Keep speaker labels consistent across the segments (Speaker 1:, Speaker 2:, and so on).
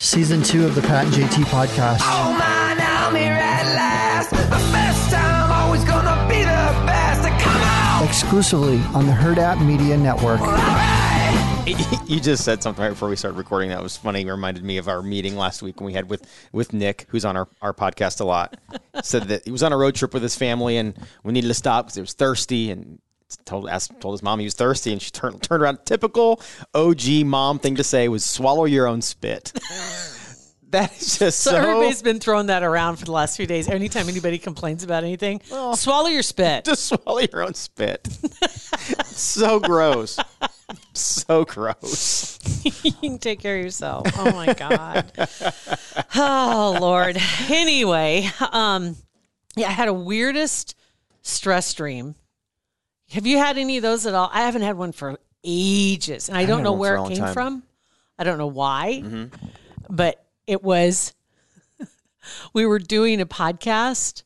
Speaker 1: Season two of the Pat and JT podcast.
Speaker 2: Oh man, I'm here at last. The best time, always gonna be the best. Come on!
Speaker 1: Exclusively on the Herd App Media Network.
Speaker 3: you just said something right before we started recording that was funny. It reminded me of our meeting last week when we had with with Nick, who's on our, our podcast a lot. said that he was on a road trip with his family and we needed to stop because he was thirsty and told asked, told his mom he was thirsty and she turned turned around. Typical OG mom thing to say was swallow your own spit. that is just
Speaker 4: So,
Speaker 3: so.
Speaker 4: everybody's been throwing that around for the last few days. Anytime anybody complains about anything, swallow your spit.
Speaker 3: just swallow your own spit. so gross. So gross.
Speaker 4: you can take care of yourself. Oh my god. oh Lord. Anyway, um, yeah, I had a weirdest stress dream. Have you had any of those at all? I haven't had one for ages, and I, don't
Speaker 3: had
Speaker 4: know
Speaker 3: one
Speaker 4: where
Speaker 3: for a
Speaker 4: it
Speaker 3: long
Speaker 4: came
Speaker 3: time. Mm-hmm.
Speaker 4: from. I don't know why, but it was. we were doing a podcast.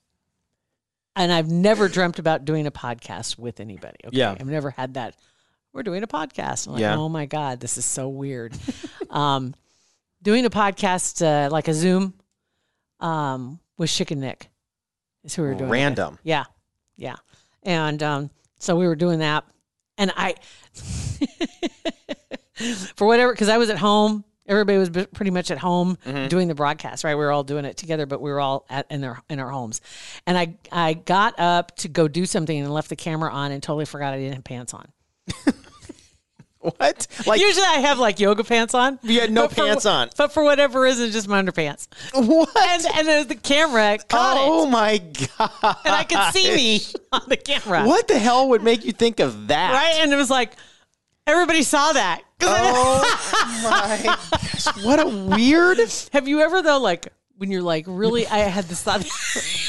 Speaker 4: And I've never dreamt about doing a podcast with anybody. Okay.
Speaker 3: Yeah.
Speaker 4: I've never had that. We're doing a podcast. I'm like,
Speaker 3: Yeah.
Speaker 4: oh my God, this is so weird. um, doing a podcast, uh, like a Zoom um, with Chick and Nick is who we were doing. it with.
Speaker 3: Random.
Speaker 4: Yeah. Yeah. And um, so we were doing that. And I, for whatever, because I was at home, everybody was b- pretty much at home doing the broadcast, right? We were all doing it together, but we were all at, in their in our homes. And I, I got up to go do something and left the camera on and totally forgot I didn't have pants on.
Speaker 3: What? Like
Speaker 4: Usually I have like yoga pants on.
Speaker 3: You had no
Speaker 4: but for
Speaker 3: pants
Speaker 4: wh-
Speaker 3: on.
Speaker 4: But for whatever reason, just my underpants.
Speaker 3: what?
Speaker 4: And, and then the camera caught
Speaker 3: oh
Speaker 4: it.
Speaker 3: my god!
Speaker 4: And I could see me on the camera.
Speaker 3: What the hell would make you think of that?
Speaker 4: Right? And it was like, everybody saw that. 'Cause I-
Speaker 3: Oh my! Gosh, what a weird.
Speaker 4: have you ever, though, like, when you're like really, I had this thought.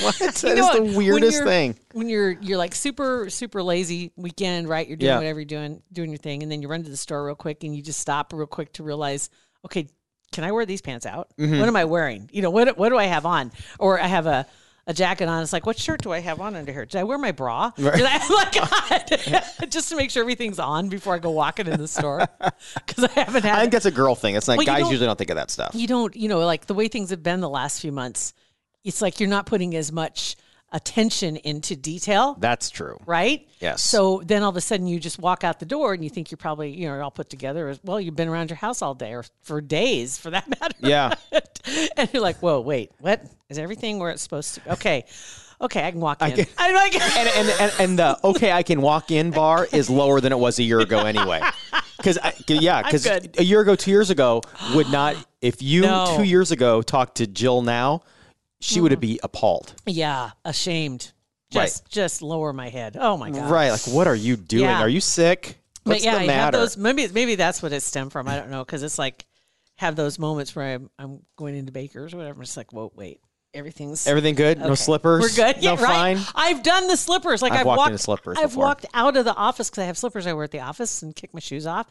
Speaker 3: What? That is
Speaker 4: You know what?
Speaker 3: the
Speaker 4: When
Speaker 3: weirdest
Speaker 4: you're-
Speaker 3: thing.
Speaker 4: When you're you're like super super lazy weekend, right? You're doing
Speaker 3: Yeah.
Speaker 4: whatever you're doing, doing your thing, and then you run to the store real quick and you just stop real quick to realize, okay, can I wear these pants out?
Speaker 3: Mm-hmm.
Speaker 4: What am I wearing? You know, what what do I have on? Or I have a a jacket on. It's like, what shirt do I have on under here? Did I wear my bra? Did I? Oh my God. just to make sure everything's on before I go walking in the store because I haven't had.
Speaker 3: I
Speaker 4: it.
Speaker 3: think that's a girl thing. It's like
Speaker 4: Well, you
Speaker 3: guys
Speaker 4: don't-
Speaker 3: usually don't think of that stuff.
Speaker 4: you don't, you know, like the way things have been the last few months, it's like you're not putting as much attention into detail
Speaker 3: That's true.
Speaker 4: right?
Speaker 3: Yes.
Speaker 4: So then all of a sudden you just walk out the door and you think you're probably, you know, all put together. as Well, you've been around your house all day or for days for that matter.
Speaker 3: Yeah.
Speaker 4: and you're like, whoa, wait, what? Is everything where it's supposed to? Okay. Okay, I can walk in. I'm like,
Speaker 3: And and and, and the okay, I can walk in bar is lower than it was a year ago anyway. Because yeah, because
Speaker 4: good.
Speaker 3: a year ago, two years ago would not. If you
Speaker 4: No. Mm-hmm.
Speaker 3: two years ago talked to Jill now, she would be appalled.
Speaker 4: yeah, ashamed.
Speaker 3: Right.
Speaker 4: Just, just lower my head. Oh my god.
Speaker 3: Right? Like, what are you doing?
Speaker 4: Yeah.
Speaker 3: Are you sick? What's
Speaker 4: but yeah,
Speaker 3: the
Speaker 4: I have
Speaker 3: matter?
Speaker 4: those. Maybe, maybe that's what it stemmed from. I don't know because it's like have those moments where I'm, I'm going into Baker's or whatever. It's like, whoa, wait, everything's
Speaker 3: Everything good? No
Speaker 4: Okay.
Speaker 3: slippers?
Speaker 4: We're good.
Speaker 3: No
Speaker 4: Yeah, right.
Speaker 3: fine?
Speaker 4: I've done the slippers. Like
Speaker 3: I've
Speaker 4: I've,
Speaker 3: walked
Speaker 4: walked
Speaker 3: into slippers
Speaker 4: I've
Speaker 3: before.
Speaker 4: walked out of the office because I have slippers I wear at the office and kick my shoes off,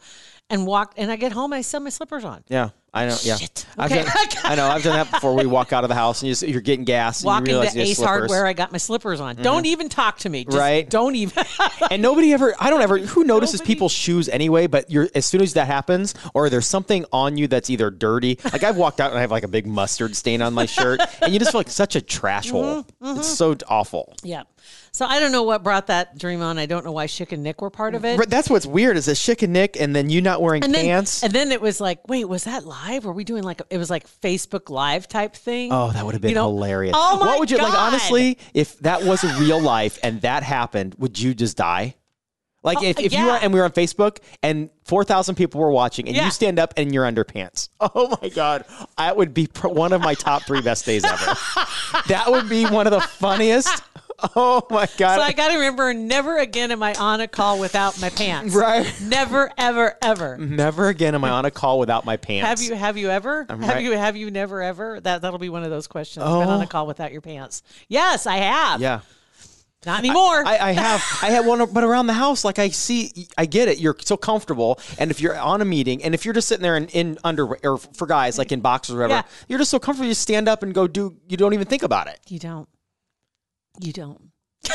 Speaker 4: and walked. And I get home, I set my slippers on.
Speaker 3: Yeah, I know. Yeah,
Speaker 4: Shit.
Speaker 3: I've
Speaker 4: Okay.
Speaker 3: done, I know. I've done that before. We walk out of the house and you just, you're getting gas. And
Speaker 4: Walking
Speaker 3: you realize
Speaker 4: to
Speaker 3: you have
Speaker 4: Ace
Speaker 3: slippers. Mm-hmm.
Speaker 4: Hardware, I got my slippers on. Don't even talk to me. Just
Speaker 3: Right.
Speaker 4: Don't even.
Speaker 3: and nobody ever. I don't ever. Who notices
Speaker 4: Nobody-
Speaker 3: people's shoes anyway? But you're as soon as that happens, or there's something on you that's either dirty. Like I've walked out and I have like a big mustard stain on my shirt, and you just feel like such a trash hole.
Speaker 4: Mm-hmm,
Speaker 3: It's so awful.
Speaker 4: yeah. So I don't know what brought that dream on. I don't know why Chick and Nick were part of it.
Speaker 3: But that's what's weird is this chick and Nick, and then you not wearing
Speaker 4: And then,
Speaker 3: pants.
Speaker 4: and then it was like, wait, was that live? Were we doing like a- it was like Facebook Live type thing?
Speaker 3: Oh, that would have been
Speaker 4: You know?
Speaker 3: hilarious.
Speaker 4: Oh my
Speaker 3: what would you like
Speaker 4: God.
Speaker 3: honestly, if that was a real life and that happened, would you just die? Like if, if you were
Speaker 4: Oh, yeah.
Speaker 3: and we were on Facebook and four thousand people were watching and
Speaker 4: Yeah.
Speaker 3: you stand up and you're underpants. Oh my god, that would be pr- one of my top three best days ever. that would be one of the funniest. Oh my god!
Speaker 4: So I got to remember never again am I on a call without my pants.
Speaker 3: Right.
Speaker 4: Never, ever, ever.
Speaker 3: Never again am I on a call without my pants.
Speaker 4: Have you have you ever? have
Speaker 3: right. Oh.
Speaker 4: you have you never ever? That that'll be one of those questions. Been on a call without your pants. Yes, I have.
Speaker 3: Yeah.
Speaker 4: Not anymore.
Speaker 3: I, I have I have one, but around the house, like I see, I get it. You're so comfortable, and if you're on a meeting, and if you're just sitting there in, in underwear or for guys, like in boxers or whatever,
Speaker 4: Yeah.
Speaker 3: you're just so comfortable. You stand up and go do. You don't even think about it.
Speaker 4: you don't. You don't.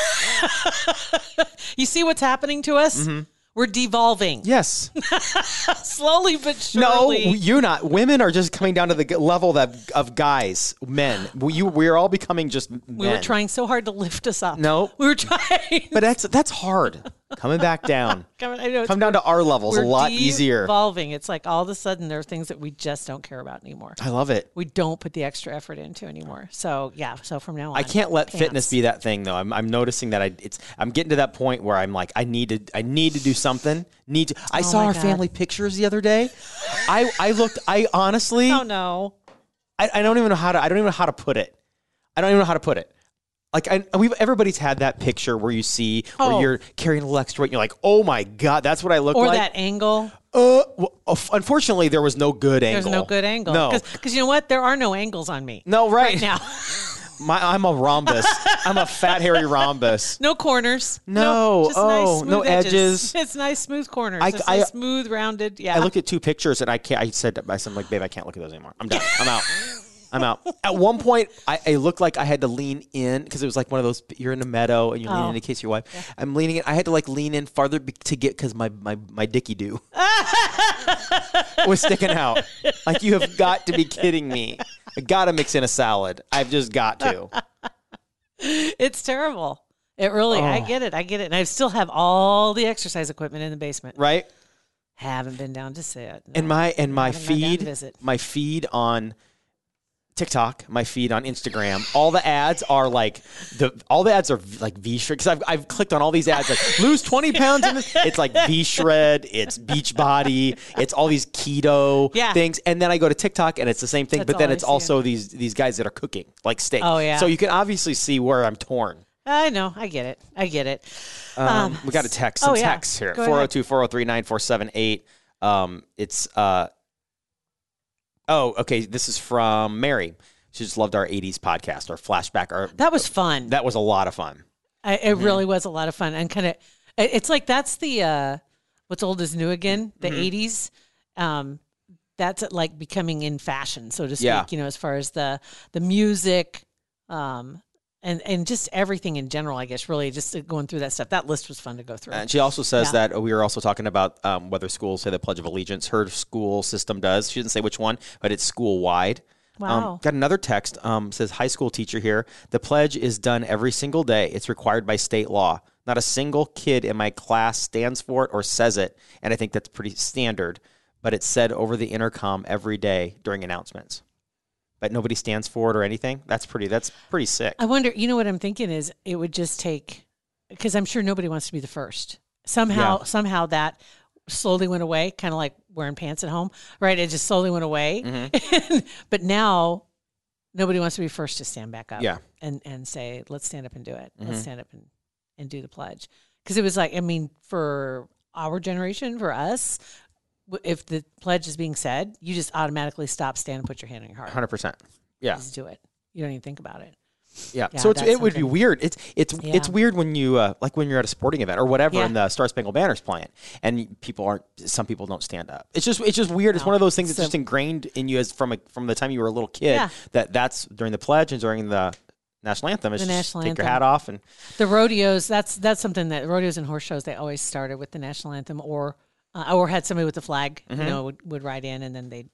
Speaker 4: you see what's happening to us?
Speaker 3: Mm-hmm.
Speaker 4: We're devolving
Speaker 3: Yes.
Speaker 4: slowly but
Speaker 3: No,
Speaker 4: surely.
Speaker 3: you not. Women are just coming down to the g- level that of guys, men. We you, we're all becoming just men.
Speaker 4: we were trying so hard to lift us up.
Speaker 3: No.
Speaker 4: we were trying.
Speaker 3: but that's that's hard. Coming back down.
Speaker 4: Come on, I know it's
Speaker 3: Come down to our levels a
Speaker 4: We're
Speaker 3: lot easier.
Speaker 4: Evolving. It's like all of a sudden there are things that we just don't care about anymore.
Speaker 3: I love it.
Speaker 4: We don't put the extra effort into anymore. So yeah. So from now on,
Speaker 3: I can't let fitness be that thing though. I'm, I'm noticing that I it's I'm getting to that point where I'm like I need to I need to do something. Need to. I saw
Speaker 4: Oh my
Speaker 3: our
Speaker 4: God.
Speaker 3: family pictures the other day. I I looked. I honestly
Speaker 4: Oh no.
Speaker 3: I, I don't even know how to I don't even know how to put it. I don't even know how to put it. Like I we've everybody's had that picture where you see where
Speaker 4: Oh.
Speaker 3: you're carrying a little extra weight and you're like, oh my god, that's what I look
Speaker 4: Or
Speaker 3: like.
Speaker 4: that angle.
Speaker 3: Uh, well, of- unfortunately, there was no good
Speaker 4: There's
Speaker 3: angle.
Speaker 4: no good angle.
Speaker 3: No,
Speaker 4: Because you know what? There are no angles on me.
Speaker 3: no, right,
Speaker 4: Now,
Speaker 3: My, I'm a rhombus. I'm a fat hairy rhombus.
Speaker 4: no corners.
Speaker 3: No.
Speaker 4: just
Speaker 3: Oh,
Speaker 4: nice, smooth
Speaker 3: no edges.
Speaker 4: It's nice, smooth corners.
Speaker 3: I-
Speaker 4: it's
Speaker 3: I-
Speaker 4: nice, smooth, rounded. Yeah.
Speaker 3: I looked at two pictures and I can't. I said, I said, I'm like, babe, I can't look at those anymore. I'm done. I'm out. I'm out. At one point, I, I looked like I had to lean in because it was like one of those. You're in the meadow and you're leaning in to kiss your wife. I'm leaning in. I had to like lean in farther be- to get because my my my dicky do was sticking out. Like you have got to be kidding me. I gotta mix in a salad. I've just got to.
Speaker 4: it's terrible. It really, I
Speaker 3: Oh.
Speaker 4: get it. I get it. And I still have all the exercise equipment in the basement.
Speaker 3: Right.
Speaker 4: Haven't been down to see it.
Speaker 3: and my and my
Speaker 4: Having my dad
Speaker 3: feed
Speaker 4: visit.
Speaker 3: my feed on TikTok, my feed on Instagram, all the ads are like the all the ads are like V shred because I've, I've clicked on all these ads like lose twenty pounds in this. It's like V shred, it's Beach Body, it's all these keto
Speaker 4: Yeah.
Speaker 3: things, and then I go to TikTok and it's the same thing,
Speaker 4: That's
Speaker 3: but then
Speaker 4: all I
Speaker 3: it's
Speaker 4: see.
Speaker 3: also these these guys that are cooking like steak.
Speaker 4: Oh, yeah.
Speaker 3: so you can obviously see where I'm torn.
Speaker 4: I know. I get it. I get it.
Speaker 3: Um, we got a text.
Speaker 4: oh,
Speaker 3: Some
Speaker 4: yeah.
Speaker 3: texts here.
Speaker 4: Go ahead.
Speaker 3: 402 403 9478. Um, it's, uh, oh, okay. This is from Mary. She just loved our 80s podcast, our flashback. Our,
Speaker 4: That was fun.
Speaker 3: that was a lot of fun.
Speaker 4: I, it really was a lot of fun and kind of it's like that's the uh what's old is new again
Speaker 3: Mm-hmm.
Speaker 4: the 80s um that's at, like becoming in fashion so to speak
Speaker 3: Yeah.
Speaker 4: you know as far as the the music um and and just everything in general i guess really just uh, going through that stuff that list was fun to go through
Speaker 3: And she also says
Speaker 4: Yeah.
Speaker 3: that uh, we were also talking about um, whether schools say the Pledge of Allegiance. Her school system does. She didn't say which one, but it's school wide. Um,
Speaker 4: Wow.
Speaker 3: got another text. Um, says high school teacher here. The pledge is done every single day. It's required by state law. Not a single kid in my class stands for it or says it, and I think that's pretty standard. But it's said over the intercom every day during announcements. But nobody stands for it or anything. That's pretty. That's pretty sick.
Speaker 4: I wonder, you know what I'm thinking is it would just take because I'm sure nobody wants to be the first. Somehow somehow that slowly went away, kind of like wearing pants at home, right? It just slowly went away.
Speaker 3: Mm-hmm.
Speaker 4: but now nobody wants to be first to stand back up
Speaker 3: Yeah. Mm-hmm.
Speaker 4: and and say, "Let's stand up and do it. Let's stand up and and do the pledge." Because it was like, I mean, for our generation, for us, w- if the pledge is being said, you just automatically stop, stand, and put your hand on your heart.
Speaker 3: Hundred percent. Yeah.
Speaker 4: Just do it. You don't even think about it.
Speaker 3: Yeah.
Speaker 4: Yeah,
Speaker 3: so it's,
Speaker 4: that's
Speaker 3: it would be
Speaker 4: something.
Speaker 3: weird. It's it's it's
Speaker 4: Yeah.
Speaker 3: weird when you uh, like when you're at a sporting event or whatever,
Speaker 4: Yeah.
Speaker 3: and the Star Spangled Banner's playing, and people aren't. Some people don't stand up. It's just it's just weird. It's one of those things that's
Speaker 4: So-
Speaker 3: just ingrained in you as from a, from the time you were a little kid.
Speaker 4: Yeah.
Speaker 3: That that's during the pledge and during the national anthem. It's
Speaker 4: The
Speaker 3: just
Speaker 4: national
Speaker 3: take your
Speaker 4: anthem.
Speaker 3: hat off and
Speaker 4: The rodeos, that's that's something that rodeos and horse shows, they always started with the national anthem or uh, or had somebody with the flag,
Speaker 3: Mm-hmm.
Speaker 4: you know, would, would ride in and then they'd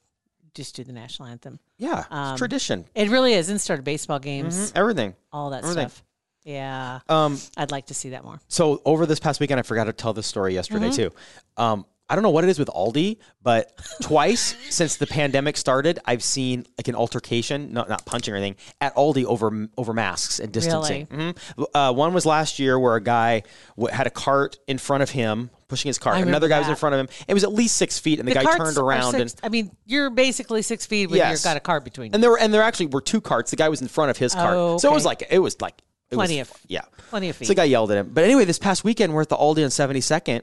Speaker 4: just do the national anthem.
Speaker 3: yeah, it's
Speaker 4: Um, mm.
Speaker 3: tradition,
Speaker 4: It really is. And started baseball games,
Speaker 3: everything.
Speaker 4: all that
Speaker 3: Everything.
Speaker 4: stuff. Yeah.
Speaker 3: Mm-hmm. Um,
Speaker 4: I'd like to see that more.
Speaker 3: So over this past weekend, I forgot to tell this story yesterday
Speaker 4: Mm-hmm.
Speaker 3: too. Um, I don't know what it is with Aldi, but twice since the pandemic started, I've seen like an altercation, not not punching or anything, at Aldi over over masks and distancing. Mhm. Uh, one was last year where a guy w- had a cart in front of him, pushing his cart.
Speaker 4: remember
Speaker 3: Another guy was in
Speaker 4: that.
Speaker 3: front of him. It was at least six feet, and the, guy
Speaker 4: carts
Speaker 3: turned
Speaker 4: are
Speaker 3: around
Speaker 4: six-
Speaker 3: and
Speaker 4: I mean, you're basically six feet when
Speaker 3: Yes.
Speaker 4: you've got a car between you.
Speaker 3: and there were, and there actually were two carts. The guy was in front of his cart, so it was
Speaker 4: Okay.
Speaker 3: like it was like It
Speaker 4: Plenty
Speaker 3: was-
Speaker 4: of-
Speaker 3: yeah,
Speaker 4: plenty of feet.
Speaker 3: So the guy yelled at him. But anyway, this past weekend we're at the Aldi on Seventy Second,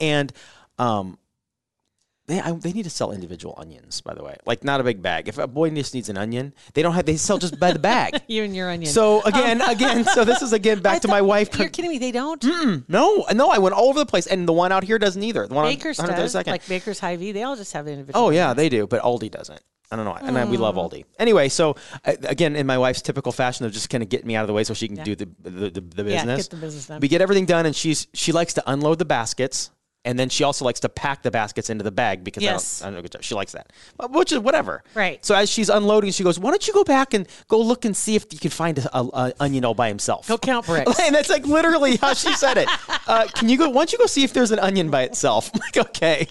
Speaker 3: and um, they I, they need to sell individual onions. By the way, like not a big bag. If a boy just needs an onion, they don't have. They sell just by the bag.
Speaker 4: You and your onion. Um,
Speaker 3: So again, again, so this is again back
Speaker 4: I
Speaker 3: to my
Speaker 4: thought-
Speaker 3: wife.
Speaker 4: You're kidding me? They don't.
Speaker 3: No, no, I went all over the place, and the one out here doesn't either. The one
Speaker 4: Baker's
Speaker 3: on 132nd.
Speaker 4: does. Like Baker's High V, they all just have individual.
Speaker 3: Oh yeah, they do, but Aldi doesn't. I don't know, and I, we love
Speaker 4: Oh.
Speaker 3: Aldi. Anyway, so I, again, in my wife's typical fashion of just kind of getting me out of the way so she can do the the, the, the
Speaker 4: Yeah, get
Speaker 3: business.
Speaker 4: the business done.
Speaker 3: We get everything done, and she's she likes to unload the baskets, and then she also likes to pack the baskets into the bag because I don't-
Speaker 4: Yes.
Speaker 3: I don't, know, good job. she likes that, But- which is whatever.
Speaker 4: Right.
Speaker 3: So as she's unloading, she goes, "Why don't you go back and go look and see if you can find a, a, a onion all by himself?
Speaker 4: Go count bricks.
Speaker 3: And that's like literally how she said it. Uh, can you go? Why don't you go see if there's an onion by itself? I'm like, okay.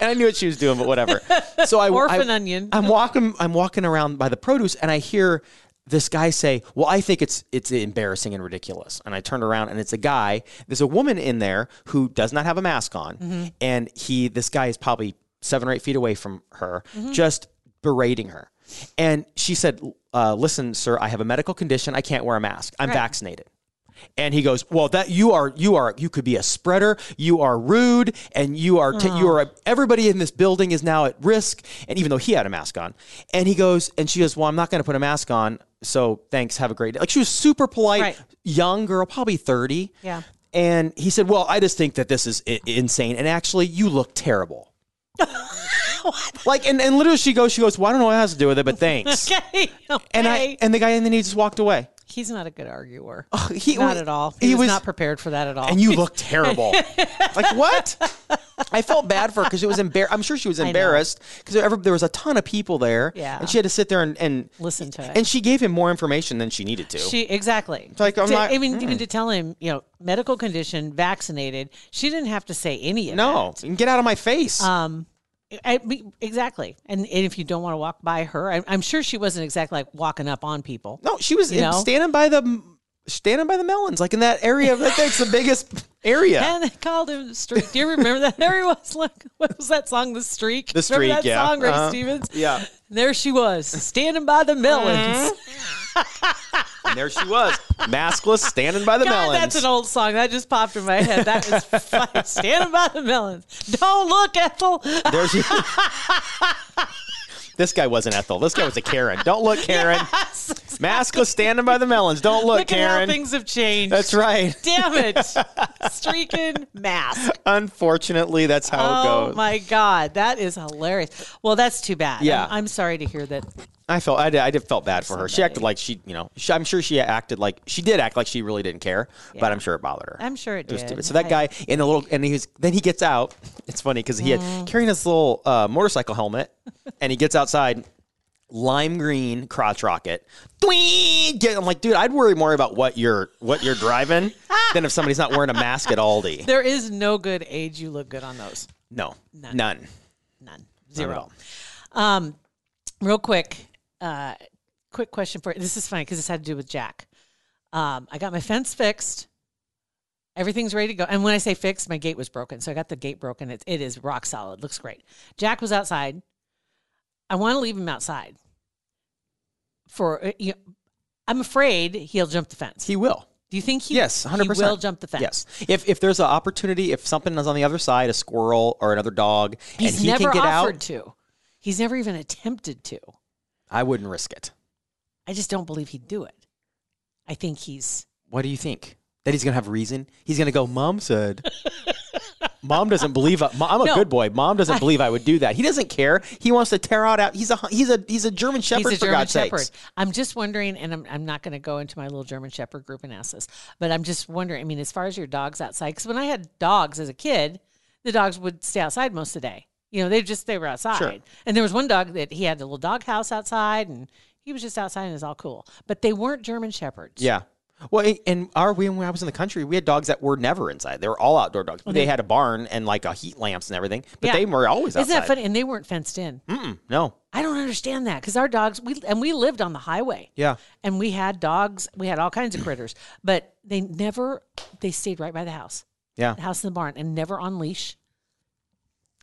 Speaker 3: And I knew what she was doing, but whatever. So I
Speaker 4: Orphan
Speaker 3: I-
Speaker 4: onion.
Speaker 3: I'm walking. I'm walking around by the produce, and I hear this guy say, "Well, I think it's it's embarrassing and ridiculous." And I turn around, and it's a guy. There's a woman in there who does not have a mask on, and he. This guy is probably seven or eight feet away from her, just berating her. And she said, uh, "Listen, sir, I have a medical condition. I can't wear a mask. I'm vaccinated." And he goes, "Well, that you are you are you could be a spreader. You are rude, and you are t- you are a, everybody in this building is now at risk. And even though he had a mask on, and he goes, and she goes, "Well, I'm not going to put a mask on. So thanks, have a great day." Like she was super polite,
Speaker 4: Right.
Speaker 3: young girl, probably thirty.
Speaker 4: Yeah.
Speaker 3: And he said, "Well, I just think that this is I- insane, and actually, you look terrible." Like and, and literally, she goes, she goes, "Well, I don't know what it has to do with it, but thanks."
Speaker 4: Okay.
Speaker 3: Oh. And I and Oh, the guy, and then he just walked away.
Speaker 4: he's not a good arguer.
Speaker 3: he-
Speaker 4: not at all. He,
Speaker 3: he
Speaker 4: was,
Speaker 3: was-
Speaker 4: not prepared for that at all.
Speaker 3: and you look terrible. like what? I felt bad for her because it was embar. I'm sure she was embarrassed because there was a ton of people there.
Speaker 4: Yeah.
Speaker 3: and she had to sit there and, and
Speaker 4: Listen to it.
Speaker 3: And she gave him more information than she needed to.
Speaker 4: She exactly.
Speaker 3: like, I'm
Speaker 4: to,
Speaker 3: not- Mm.
Speaker 4: I mean, even to tell him, you know, medical condition, vaccinated. She didn't have to say any of
Speaker 3: no,
Speaker 4: that.
Speaker 3: and get out of my face.
Speaker 4: Um, I, I- exactly. And, and if you don't want to walk by her, I, I'm sure she wasn't exactly like walking up on people.
Speaker 3: no, she was
Speaker 4: you know?
Speaker 3: standing by the standing by the melons, like in that area. I think it's the biggest area.
Speaker 4: And they called him the streak. Do you remember that? There he was. Look, what was that song? The streak.
Speaker 3: The
Speaker 4: Remember
Speaker 3: Streak,
Speaker 4: that
Speaker 3: yeah.
Speaker 4: song, Ray
Speaker 3: Uh-huh.
Speaker 4: Stevens.
Speaker 3: Yeah.
Speaker 4: And there she was, standing by the melons.
Speaker 3: Mm-hmm. and there she was, maskless, standing by the
Speaker 4: God,
Speaker 3: melons.
Speaker 4: that's an old song that just popped in my head. That was fun. standing by the melons. Don't look, Ethel.
Speaker 3: There she. this guy wasn't Ethel. This guy was a Karen. Don't look, Karen. Maskless standing by the melons. Don't look,
Speaker 4: Look at how
Speaker 3: Karen.
Speaker 4: things have changed.
Speaker 3: That's right.
Speaker 4: Damn it. Streaking mask.
Speaker 3: Unfortunately, that's how it
Speaker 4: Oh
Speaker 3: goes.
Speaker 4: my God, that is hilarious. Well, that's too bad. I'm-
Speaker 3: Yeah.
Speaker 4: I'm, sorry to hear that.
Speaker 3: I felt I did, I did felt bad for her. She acted like she, you know, she, I'm sure she acted like she did act like she really didn't care, but I'm sure it bothered her.
Speaker 4: I'm sure it
Speaker 3: It was
Speaker 4: did.
Speaker 3: stupid. So that guy in a little, and he was, then he gets out. It's funny because he
Speaker 4: Mm.
Speaker 3: had carrying his little uh, motorcycle helmet, and he gets outside, lime green crotch rocket. Dwee! Get, I'm like, dude, I'd worry more about what you're what you're driving than if somebody's not wearing a mask at Aldi.
Speaker 4: There is no good age you look good on those.
Speaker 3: No, none,
Speaker 4: None.
Speaker 3: Not at
Speaker 4: Zero.
Speaker 3: all.
Speaker 4: Um, real quick, uh, quick question for this is funny because this had to do with Jack. Um, I got my fence fixed. Everything's ready to go. And when I say fixed, my gate was broken. So I got the gate broken. It, it is rock solid. Looks great. Jack was outside. I want to leave him outside. For uh, you I'm afraid he'll jump the fence.
Speaker 3: He will.
Speaker 4: do you think he?
Speaker 3: Yes, hundred percent.
Speaker 4: He will jump the fence.
Speaker 3: Yes, if if there's an opportunity, if something is on the other side, a squirrel or another dog,
Speaker 4: He's
Speaker 3: and he
Speaker 4: never
Speaker 3: can get
Speaker 4: offered
Speaker 3: out,
Speaker 4: to. He's never even attempted to.
Speaker 3: I wouldn't risk it.
Speaker 4: I just don't believe he'd do it. I think he's
Speaker 3: What do you think? That he's gonna have reason? He's gonna go. Mom said. Mom doesn't believe I, Mom- I'm a
Speaker 4: No.
Speaker 3: good boy. Mom doesn't believe I would do that. He doesn't care. He wants to tear out. out. He's a he's a he's a German Shepherd
Speaker 4: he's a
Speaker 3: for
Speaker 4: German
Speaker 3: God's
Speaker 4: Shepherd.
Speaker 3: sakes.
Speaker 4: I'm just wondering, and I'm, I'm not going to go into my little German Shepherd group and ask this, but I'm just wondering. I mean, as far as your dogs outside, because when I had dogs as a kid, the dogs would stay outside most of the day. You know, they just they were outside, and there was one dog that he had a little dog house outside, and he was just outside and it was all cool. But they weren't German Shepherds.
Speaker 3: Yeah. Well, a- and our we when I was in the country, we had dogs that were never inside. They were all outdoor dogs. They had a barn and like a heat lamps and everything, but
Speaker 4: Yeah.
Speaker 3: they were always outside. Hmm?
Speaker 4: Isn't that funny? And they weren't fenced in.
Speaker 3: Mm-mm, no.
Speaker 4: I don't understand that because our dogs we and we lived on the highway.
Speaker 3: Yeah.
Speaker 4: and we had dogs. We had all kinds of critters, but they never they stayed right by the house.
Speaker 3: Yeah.
Speaker 4: the house in the barn and never on leash.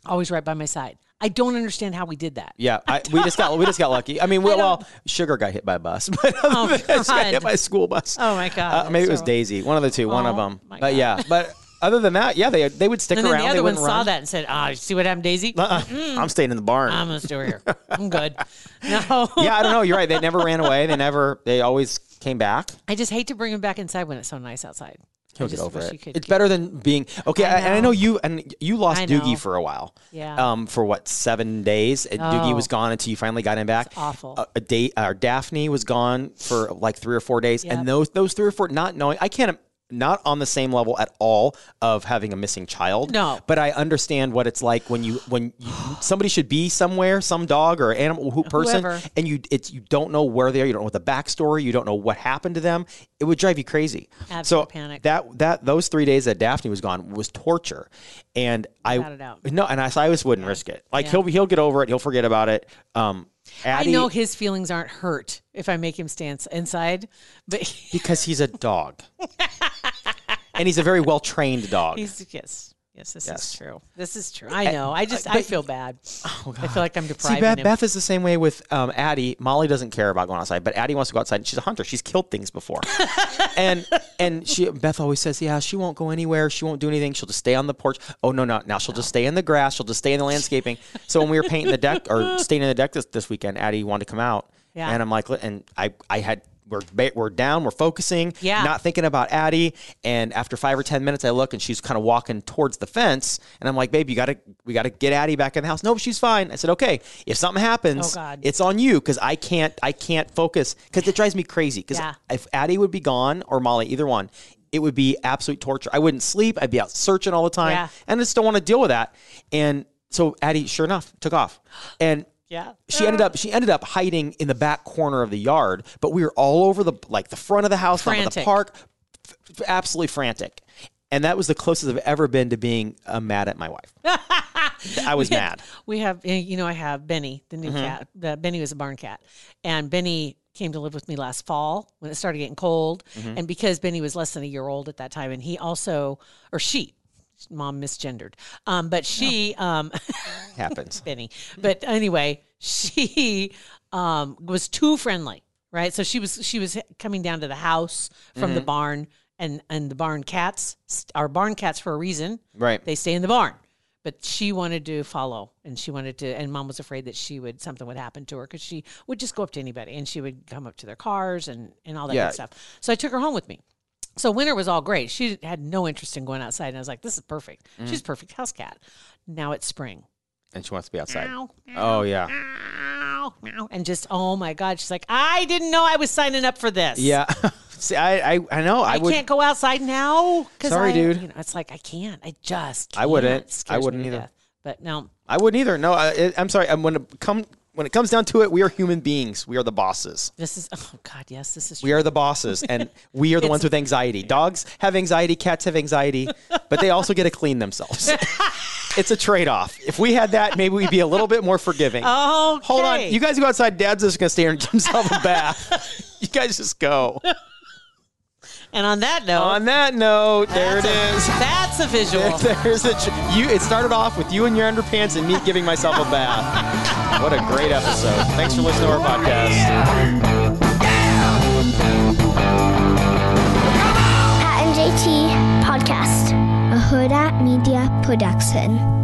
Speaker 4: Always right by my side. I don't understand how we did that.
Speaker 3: Yeah, I, we just got we just got lucky. I mean, well, well, Sugar got hit by a bus, but
Speaker 4: Oh,
Speaker 3: other than that, she got hit
Speaker 4: God.
Speaker 3: by a school bus.
Speaker 4: Oh, my God,
Speaker 3: Uh, maybe
Speaker 4: that's
Speaker 3: it was
Speaker 4: horrible.
Speaker 3: Daisy, one of the two, one of
Speaker 4: Oh,
Speaker 3: them.
Speaker 4: my
Speaker 3: But
Speaker 4: God.
Speaker 3: yeah, but other than that, yeah, they they would stick
Speaker 4: And then
Speaker 3: around.
Speaker 4: the
Speaker 3: they
Speaker 4: other one
Speaker 3: wouldn't
Speaker 4: saw
Speaker 3: run.
Speaker 4: that Mm. Um. and said, "Ah, you see what happened, Daisy?
Speaker 3: Uh-uh, I'm staying in the barn.
Speaker 4: I'm gonna stay over here. I'm good." No,
Speaker 3: yeah, I don't know. You're right. They never ran away. They never. They always came back.
Speaker 4: I just hate to bring him back inside when it's so nice outside.
Speaker 3: He'll
Speaker 4: I
Speaker 3: get
Speaker 4: just
Speaker 3: over
Speaker 4: wish
Speaker 3: it.
Speaker 4: you could
Speaker 3: It's
Speaker 4: keep-
Speaker 3: better than being okay.
Speaker 4: I
Speaker 3: I and I know
Speaker 4: know.
Speaker 3: you and you lost
Speaker 4: I know.
Speaker 3: Doogie for a while.
Speaker 4: Yeah.
Speaker 3: Um, for what seven days? And Doogie
Speaker 4: Oh.
Speaker 3: was gone until you finally got him back.
Speaker 4: awful.
Speaker 3: A, a day. Uh, Daphne was gone for like three or four days,
Speaker 4: Yep.
Speaker 3: and those those three or four not knowing. I can't. Not on the same level at all of having a missing child.
Speaker 4: No.
Speaker 3: but I understand what it's like when you when you, somebody should be somewhere, some dog or animal, who person,
Speaker 4: Whoever.
Speaker 3: and you it's you don't know where they are, you don't know the backstory, you don't know what happened to them. It would drive you crazy. so
Speaker 4: Absolute panic.
Speaker 3: that that those three days that Daphne was gone was torture, and I
Speaker 4: Without a doubt.
Speaker 3: no, and I, so I just wouldn't risk it. Like he'll he'll get over it, he'll forget about it. Um, Addie,
Speaker 4: I know his feelings aren't hurt if I make him stand s- inside, but
Speaker 3: because he's a dog, and he's a very well trained dog.
Speaker 4: he's yes, yes, this
Speaker 3: Yes. uh,
Speaker 4: is true. This is true. I know. I just I feel bad. I feel like I'm
Speaker 3: Oh, See,
Speaker 4: depriving
Speaker 3: Beth,
Speaker 4: him.
Speaker 3: Beth is the same way with um, Addie. Molly doesn't care about going outside, but Addie wants to go outside. And she's a hunter. She's killed things before, and and she Beth always says, "Yeah, she won't go anywhere. She won't do anything. She'll just stay on the porch. Oh no, no, now she'll just stay in the grass. She'll just stay in the landscaping." so when we were painting the deck or staining the deck this, this weekend, Addie wanted to come out,
Speaker 4: Yeah.
Speaker 3: and I'm like, "Let- and I I had. We're, ba- we're down. We're focusing.
Speaker 4: Yeah.
Speaker 3: Not thinking about Addie. And after five or ten minutes, I look and she's kind of walking towards the fence. And I'm like, "Babe, you gotta we gotta get Addie back in the house." Nope, she's fine. I said, "Okay, if something happens."
Speaker 4: Oh, God.
Speaker 3: It's on you because I can't I can't focus because it drives me crazy. Because
Speaker 4: Yeah.
Speaker 3: if Addie would be gone or Molly, either one, it would be absolute torture. I wouldn't sleep. I'd be out searching all the time,
Speaker 4: Yeah.
Speaker 3: and I just don't want to deal with that. And so Addie, sure enough, took off, and
Speaker 4: Yeah.
Speaker 3: she ended up she ended up hiding in the back corner of the yard. But we were all over the like the front of the house, down at the
Speaker 4: Frantic.
Speaker 3: park, f- f- absolutely frantic. And that was the closest I've ever been to being uh, mad at my wife. I was mad.
Speaker 4: We have, eh, you know, I have Benny, the new
Speaker 3: Mm-hmm.
Speaker 4: cat. Uh, Benny was a barn cat, and Benny came to live with me last fall when it started getting cold.
Speaker 3: Mm-hmm.
Speaker 4: And because Benny was less than a year old at that time, and he also, or she, mom misgendered, um, but she,
Speaker 3: Oh.
Speaker 4: um,
Speaker 3: Happens.
Speaker 4: Benny. But anyway, she um, was too friendly, right? So she was she was coming down to the house from
Speaker 3: Mm-hmm.
Speaker 4: the barn, and and the barn cats are barn cats for a reason,
Speaker 3: Right.
Speaker 4: They stay in the barn. But she wanted to follow, and she wanted to, and mom was afraid that she would something would happen to her because she would just go up to anybody, and she would come up to their cars and and all that
Speaker 3: Yeah.
Speaker 4: good stuff. So I took her home with me. So winter was all great. She had no interest in going outside, and I was like, "This is perfect.
Speaker 3: Mm.
Speaker 4: She's a perfect house cat." Now it's spring.
Speaker 3: and she wants to be outside.
Speaker 4: Ow,
Speaker 3: Oh yeah.
Speaker 4: ow, ow, and just oh my god she's like i didn't know i was signing up for this
Speaker 3: Yeah. See, I, I, I know. I,
Speaker 4: i,
Speaker 3: would.
Speaker 4: can't go outside now 'cause
Speaker 3: Sorry,
Speaker 4: I-
Speaker 3: dude.
Speaker 4: you know, it's like i can't i just
Speaker 3: I wouldn't.
Speaker 4: can't. It scares
Speaker 3: I
Speaker 4: me
Speaker 3: wouldn't
Speaker 4: to
Speaker 3: either.
Speaker 4: death. but no
Speaker 3: I wouldn't either. No, I, I- I'm sorry. I'm when it come when it comes down to it, we are human beings. We are the bosses.
Speaker 4: this is oh god yes this is
Speaker 3: We are the bosses, and we are the ones with anxiety. Dogs have anxiety. Cats have anxiety, but they also get to clean themselves. it's a trade-off. If we had that, maybe we'd be a little bit more forgiving.
Speaker 4: oh
Speaker 3: Hold on, you guys go outside. Dad's just gonna stay here and give himself a bath. you guys just go.
Speaker 4: and on that note
Speaker 3: On that note, there it is.
Speaker 4: that's a visual
Speaker 3: There- There's a tr- you. It started off with you in your underpants and me giving myself a bath. What a great episode! Thanks for listening to our podcast.
Speaker 5: Pat and JT Podcast, a Huda Media Production.